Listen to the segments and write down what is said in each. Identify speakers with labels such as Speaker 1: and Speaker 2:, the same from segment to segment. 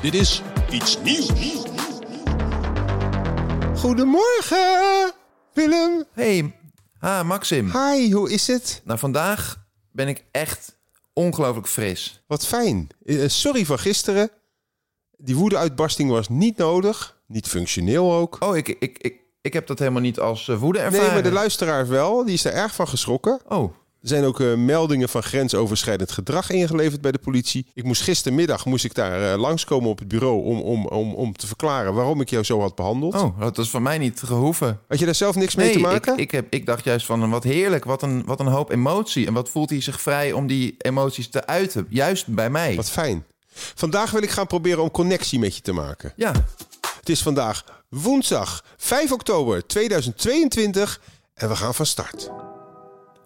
Speaker 1: Dit is iets nieuws.
Speaker 2: Goedemorgen, Willem.
Speaker 3: Hey, ah, Maxim.
Speaker 2: Hi, hoe is het?
Speaker 3: Nou, vandaag ben ik echt ongelooflijk fris.
Speaker 2: Wat fijn. Eh, Sorry voor gisteren. Die woedeuitbarsting was niet nodig. Niet functioneel ook.
Speaker 3: Oh, ik, ik, ik, ik heb dat helemaal niet als eh, woede ervaren.
Speaker 2: Nee, maar de luisteraar wel. Die is er erg van geschrokken.
Speaker 3: Oh,
Speaker 2: Er zijn ook eh, meldingen van grensoverschrijdend gedrag ingeleverd bij de politie. Ik moest gistermiddag moest ik daar eh, langskomen op het bureau om, om, om, om te verklaren waarom ik jou zo had behandeld.
Speaker 3: oh, dat is van mij niet gehoeven.
Speaker 2: Had je daar zelf niks mee
Speaker 3: Nee,
Speaker 2: te
Speaker 3: ik,
Speaker 2: maken?
Speaker 3: ik, heb, ik dacht juist van wat heerlijk, wat een, wat een hoop emotie. En wat voelt hij zich vrij om die emoties te uiten, juist bij mij.
Speaker 2: Wat fijn. Vandaag wil ik gaan proberen om connectie met je te maken.
Speaker 3: Ja,
Speaker 2: Het is vandaag woensdag 5 oktober 2022 en we gaan van start.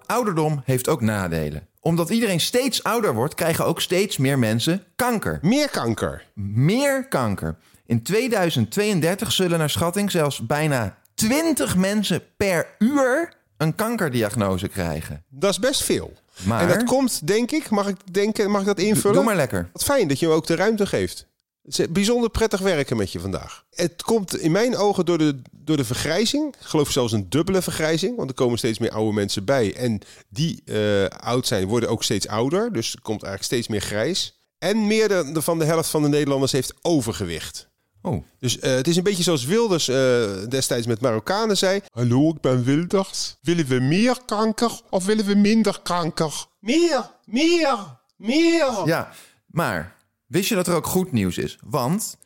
Speaker 3: ouderdom heeft ook nadelen. Omdat iedereen steeds ouder wordt, krijgen ook steeds meer mensen kanker.
Speaker 2: Meer kanker.
Speaker 3: meer kanker. In 2032 zullen naar schatting zelfs bijna 20 mensen per uur een kankerdiagnose krijgen.
Speaker 2: Dat is best veel.
Speaker 3: Maar-
Speaker 2: En dat komt, denk ik, mag ik, denken, mag ik dat invullen?
Speaker 3: Doe maar lekker.
Speaker 2: Wat fijn dat je me ook de ruimte geeft. Het is bijzonder prettig werken met je vandaag. Het komt in mijn ogen door de, door de vergrijzing. Ik geloof zelfs een dubbele vergrijzing. Want er komen steeds meer oude mensen bij. En die eh, oud zijn, worden ook steeds ouder. Dus er komt eigenlijk steeds meer grijs. En meer dan de- van de helft van de Nederlanders heeft overgewicht.
Speaker 3: Oh,
Speaker 2: Dus eh, het is een beetje zoals Wilders eh, destijds met Marokkanen zei. Hallo, ik ben Wilders. Willen we meer kanker of willen we minder kanker? Meer, meer, meer.
Speaker 3: ja. Maar wist je dat er ook goed nieuws is? Want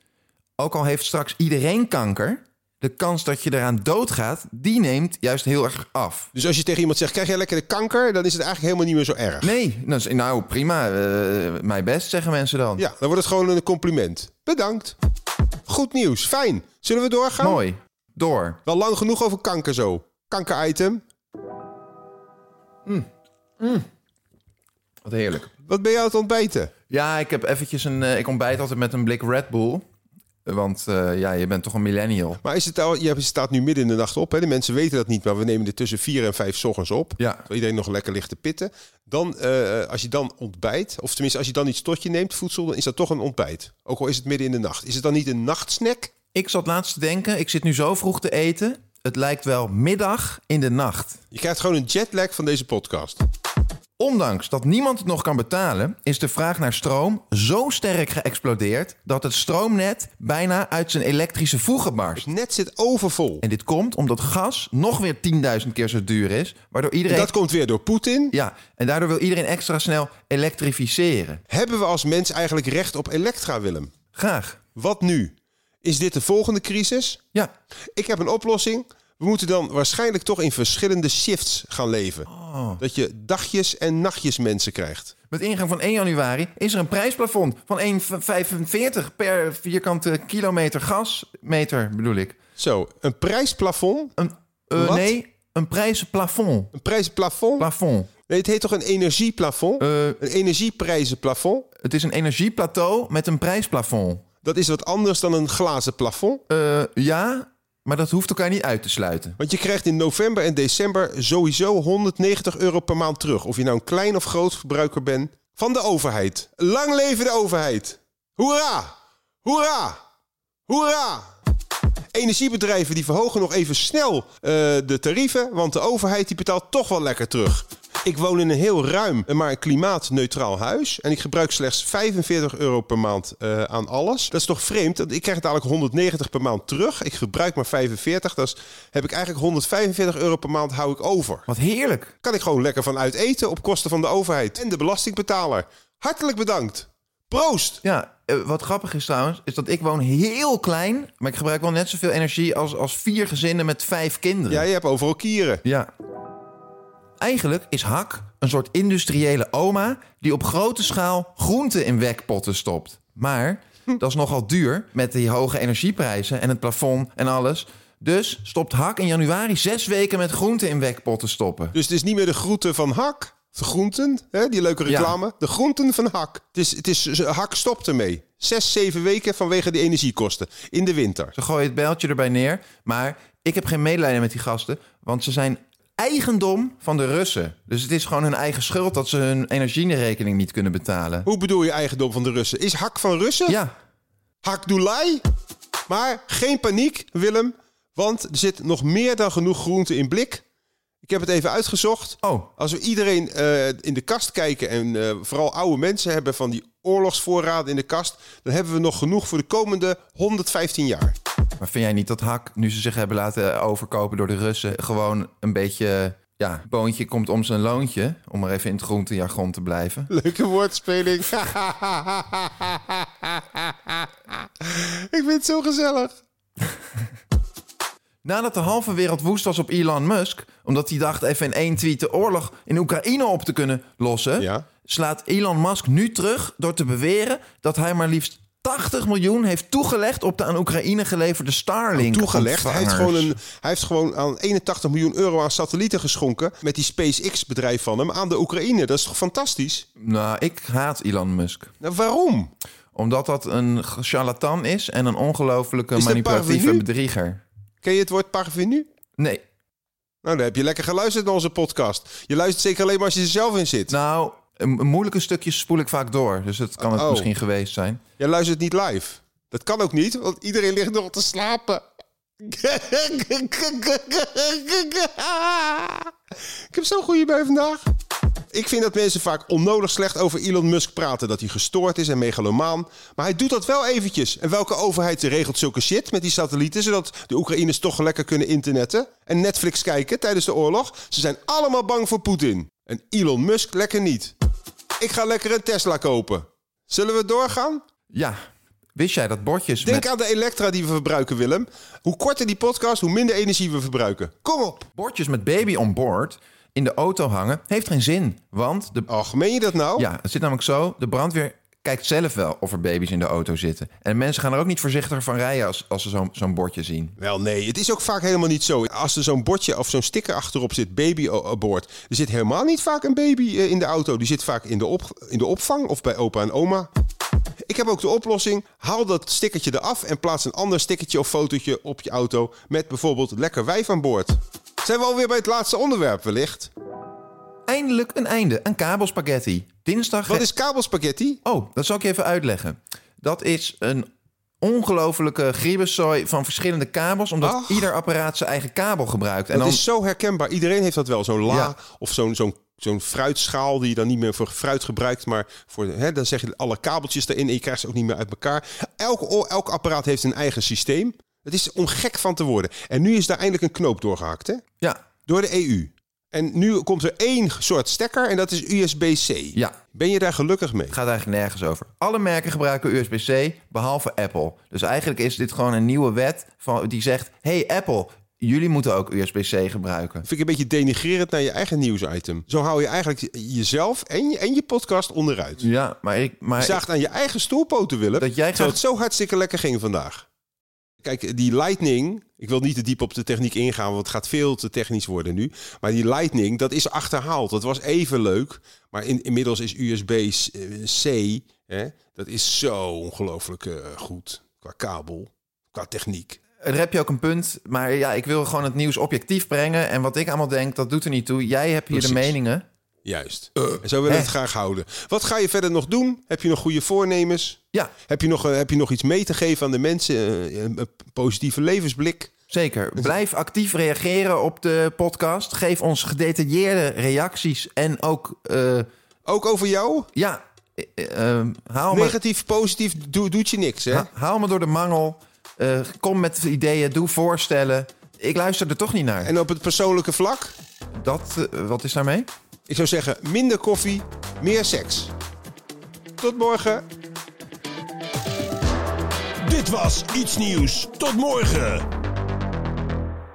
Speaker 3: ook al heeft straks iedereen kanker, de kans dat je eraan doodgaat, die neemt juist heel erg af.
Speaker 2: Dus als je tegen iemand zegt, krijg jij lekker de kanker? Dan is het eigenlijk helemaal niet meer zo erg.
Speaker 3: Nee, nou, is- nou prima, eh, mijn best zeggen mensen dan.
Speaker 2: Ja, dan wordt het gewoon een compliment. Bedankt. Goed nieuws, fijn. Zullen we doorgaan?
Speaker 3: Mooi. Door.
Speaker 2: Wel lang genoeg over kanker zo. Kanker-item.
Speaker 3: Wat heerlijk.
Speaker 2: Wat ben je aan het ontbijten?
Speaker 3: Ja, ik heb eventjes een. eh, ik ontbijt altijd met een blik Red Bull. Want eh, ja, je bent toch een millennial.
Speaker 2: Maar is het al, je staat nu midden in de nacht op. Hè? De mensen weten dat niet, maar we nemen dit tussen 4 en 5 ochtends op.
Speaker 3: Ja.
Speaker 2: Terwijl iedereen nog lekker ligt te pitten. Dan, eh, als je dan ontbijt, of tenminste als je dan iets tot je neemt, voedsel, dan is dat toch een ontbijt. Ook al is het midden in de nacht. Is het dan niet een nachtsnack?
Speaker 3: Ik zat laatst te denken, ik zit nu zo vroeg te eten. Het lijkt wel middag in de nacht.
Speaker 2: Je krijgt gewoon een jetlag van deze podcast.
Speaker 3: Ondanks dat niemand het nog kan betalen, is de vraag naar stroom zo sterk geëxplodeerd dat het stroomnet bijna uit zijn elektrische voegen barst.
Speaker 2: Net zit overvol.
Speaker 3: En dit komt omdat gas nog weer 10.000 keer zo duur is, waardoor iedereen.
Speaker 2: Dat komt weer door Poetin.
Speaker 3: Ja, en daardoor wil iedereen extra snel elektrificeren.
Speaker 2: Hebben we als mens eigenlijk recht op elektra, Willem?
Speaker 3: Graag.
Speaker 2: Wat nu? Is dit de volgende crisis?
Speaker 3: Ja,
Speaker 2: Ik heb een oplossing. We moeten dan waarschijnlijk toch in verschillende shifts gaan leven. Dat je dagjes en nachtjes mensen krijgt.
Speaker 3: Met ingang van 1 januari is er een prijsplafond van 1,45 per vierkante kilometer gasmeter, bedoel ik.
Speaker 2: Zo, een prijsplafond.
Speaker 3: Een, eh,
Speaker 2: Wat?
Speaker 3: nee, een prijsplafond.
Speaker 2: Een prijsplafond.
Speaker 3: Plafond.
Speaker 2: Nee, het heet toch een energieplafond?
Speaker 3: Eh,
Speaker 2: Een energieprijzenplafond.
Speaker 3: het is een energieplateau met een prijsplafond.
Speaker 2: Dat is wat anders dan een glazen plafond.
Speaker 3: Eh, ja, maar dat hoeft elkaar niet uit te sluiten.
Speaker 2: Want je krijgt in november en december sowieso 190 euro per maand terug. Of je nou een klein of groot verbruiker bent. Van de overheid. Lang leven de overheid. Hoera! Hoera! Hoera! Energiebedrijven die verhogen nog even snel eh, de tarieven. Want de overheid die betaalt toch wel lekker terug. Ik woon in een heel ruim, eh, maar klimaatneutraal huis. En ik gebruik slechts 45 euro per maand eh, aan alles. Dat is toch vreemd? Want Ik krijg dadelijk 190 per maand terug. Ik gebruik maar 45. Dat is, heb ik eigenlijk 145 euro per maand hou ik over.
Speaker 3: Wat heerlijk.
Speaker 2: Kan ik gewoon lekker van uit eten op kosten van de overheid en de belastingbetaler. Hartelijk bedankt. Proost!
Speaker 3: Ja, eh, wat grappig is trouwens, is dat ik woon heel klein, maar ik gebruik wel net zoveel energie als, als vier gezinnen met vijf kinderen.
Speaker 2: Ja, je hebt overal kieren.
Speaker 3: Ja. Eigenlijk is hak een soort industriële oma die op grote schaal groenten in wekpotten stopt. Maar
Speaker 2: Hm.
Speaker 3: dat is nogal duur met die hoge energieprijzen en het plafond en alles. Dus stopt hak in januari zes weken met groenten in wekpotten stoppen.
Speaker 2: Dus het is niet meer de groeten van Hak. De groenten, hè, die leuke reclame. De groenten van Hak. Het is, het is, Hak stopt ermee. Zes, zeven weken vanwege die energiekosten. In de winter.
Speaker 3: Ze gooien het bijltje erbij neer, maar ik heb geen medelijden met die gasten, want ze zijn eigendom van de Russen. Dus het is gewoon hun eigen schuld dat ze hun energierekening niet kunnen betalen.
Speaker 2: Hoe bedoel je eigendom van de Russen? Is Hak van Russen?
Speaker 3: Ja,
Speaker 2: Hak Doelai? Maar geen paniek, Willem. Want er zit nog meer dan genoeg groente in blik. Ik heb het even uitgezocht.
Speaker 3: oh,
Speaker 2: Als we iedereen eh, in de kast kijken en eh, vooral oude mensen hebben van die oorlogsvoorraden in de kast, dan hebben we nog genoeg voor de komende 115 jaar.
Speaker 3: Maar vind jij niet dat Hak, nu ze zich hebben laten overkopen door de Russen, gewoon een beetje, ja, boontje komt om zijn loontje? Om maar even in het groentejargon te blijven.
Speaker 2: Leuke woordspeling. ik vind het zo gezellig.
Speaker 3: Nadat de halve wereld woest was op Elon Musk, omdat hij dacht even in één tweet de oorlog in Oekraïne op te kunnen lossen,
Speaker 2: Ja.
Speaker 3: slaat Elon Musk nu terug door te beweren dat hij maar liefst 80 miljoen heeft toegelegd op de aan Oekraïne geleverde Starlink.
Speaker 2: Oh, Toegelegd. Hij heeft, gewoon
Speaker 3: ontvangers.
Speaker 2: een, hij heeft gewoon aan 81 miljoen euro aan satellieten geschonken. Met die SpaceX-bedrijf van hem aan de Oekraïne. Dat is toch fantastisch?
Speaker 3: Nou, ik haat Elon Musk.
Speaker 2: Nou, waarom?
Speaker 3: Omdat dat een charlatan is en een ongelofelijke
Speaker 2: Is dat
Speaker 3: manipulatieve
Speaker 2: parvenu?
Speaker 3: bedrieger.
Speaker 2: Ken je het woord parvenu?
Speaker 3: Nee.
Speaker 2: Nou, dan heb je lekker geluisterd naar onze podcast. Je luistert zeker alleen maar als je er zelf in zit.
Speaker 3: Nou, een- een moeilijke stukjes spoel ik vaak door. Dus dat kan het
Speaker 2: Oh.
Speaker 3: misschien geweest zijn.
Speaker 2: Jij luistert niet live. Dat kan ook niet, want iedereen ligt nog te slapen. Ik heb zo'n goede bij vandaag. Ik vind dat mensen vaak onnodig slecht over Elon Musk praten. Dat hij gestoord is en megalomaan. Maar hij doet dat wel eventjes. En welke overheid regelt zulke shit met die satellieten... zodat de Oekraïners toch lekker kunnen internetten... en Netflix kijken tijdens de oorlog? Ze zijn allemaal bang voor Poetin. En Elon Musk lekker niet. Ik ga lekker een Tesla kopen. Zullen we doorgaan?
Speaker 3: Ja, wist jij dat bordjes
Speaker 2: Denk
Speaker 3: met...
Speaker 2: aan de elektra die we verbruiken, Willem. Hoe korter die podcast, hoe minder energie we verbruiken. Kom op.
Speaker 3: Bordjes met baby on board in de auto hangen heeft geen zin. Want de...
Speaker 2: Ach, meen je dat nou?
Speaker 3: ja, het zit namelijk zo, de brandweer kijkt zelf wel of er baby's in de auto zitten. En mensen gaan er ook niet voorzichtiger van rijden als, als ze zo'n zo'n bordje zien.
Speaker 2: Wel nee, het is ook vaak helemaal niet zo. Als er zo'n bordje of zo'n sticker achterop zit, baby o- aboard. Er zit helemaal niet vaak een baby eh, in de auto. Die zit vaak in de, op, in de opvang of bij opa en oma. Ik heb ook de oplossing. Haal dat stickertje eraf en plaats een ander stickertje of fotootje op je auto. Met bijvoorbeeld lekker wijf aan boord. Zijn we alweer bij het laatste onderwerp wellicht?
Speaker 3: Eindelijk een einde aan kabelspaghetti. Dinsdag...
Speaker 2: Wat is kabelspaghetti?
Speaker 3: Oh, dat zal ik je even uitleggen. Dat is een ongelofelijke griebeszooi van verschillende kabels... omdat
Speaker 2: Ach.
Speaker 3: ieder apparaat zijn eigen kabel gebruikt. En
Speaker 2: Dat
Speaker 3: dan
Speaker 2: is zo herkenbaar. Iedereen heeft dat wel. Zo'n la
Speaker 3: Ja.
Speaker 2: of zo'n zo'n zo'n fruitschaal die je dan niet meer voor fruit gebruikt, maar voor hè, dan zeg je alle kabeltjes erin en je krijgt ze ook niet meer uit elkaar. Elk, o- elk apparaat heeft een eigen systeem. Het is om gek van te worden. En nu is daar eindelijk een knoop doorgehakt, hè?
Speaker 3: Ja,
Speaker 2: Door de EU. En nu komt er één soort stekker en dat is USB-C.
Speaker 3: Ja.
Speaker 2: Ben je daar gelukkig mee?
Speaker 3: gaat eigenlijk nergens over. Alle merken gebruiken USB-C, behalve Apple. Dus eigenlijk is dit gewoon een nieuwe wet van, die zegt... hey Apple, jullie moeten ook USB-C gebruiken.
Speaker 2: Vind ik een beetje denigrerend naar je eigen nieuwsitem. Zo hou je eigenlijk je- jezelf en je, en je podcast onderuit.
Speaker 3: Ja, maar ik... Maar
Speaker 2: Je zaagt aan je eigen stoelpoten, Willem.
Speaker 3: Dat jij
Speaker 2: Terwijl
Speaker 3: graag-
Speaker 2: het zo hartstikke lekker ging vandaag. Kijk, die Lightning... Ik wil niet te diep op de techniek ingaan, want het gaat veel te technisch worden nu. Maar die Lightning, dat is achterhaald. Dat was even leuk. Maar in, inmiddels is USB-C, eh, dat is zo ongelooflijk eh, goed. Qua kabel, qua techniek.
Speaker 3: daar heb je ook een punt. Maar ja, ik wil gewoon het nieuws objectief brengen. En wat ik allemaal denk, dat doet er niet toe. Jij hebt hier de
Speaker 2: Precies.
Speaker 3: meningen.
Speaker 2: Juist. en zo willen we
Speaker 3: hè?
Speaker 2: het graag houden. Wat ga je verder nog doen? Heb je nog goede voornemens?
Speaker 3: Ja,
Speaker 2: Heb je nog, eh, heb je nog iets mee te geven aan de mensen? Eh, Een, een positieve levensblik?
Speaker 3: Zeker. Blijf actief reageren op de podcast. Geef ons gedetailleerde reacties. En ook, eh,
Speaker 2: Ook over jou?
Speaker 3: ja, eh, eh, haal, me,
Speaker 2: Negatief, positief, doe, doet je niks, hè?
Speaker 3: ha- haal me door de mangel. Eh, kom met ideeën, doe voorstellen. Ik luister er toch niet naar.
Speaker 2: En op het persoonlijke vlak?
Speaker 3: Dat, eh, wat is daarmee?
Speaker 2: Ik zou zeggen, minder koffie, meer seks. Tot morgen.
Speaker 1: Dit was Iets Nieuws. Tot morgen.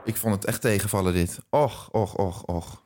Speaker 3: Ik vond het echt tegenvallen dit. Och, och, och, och.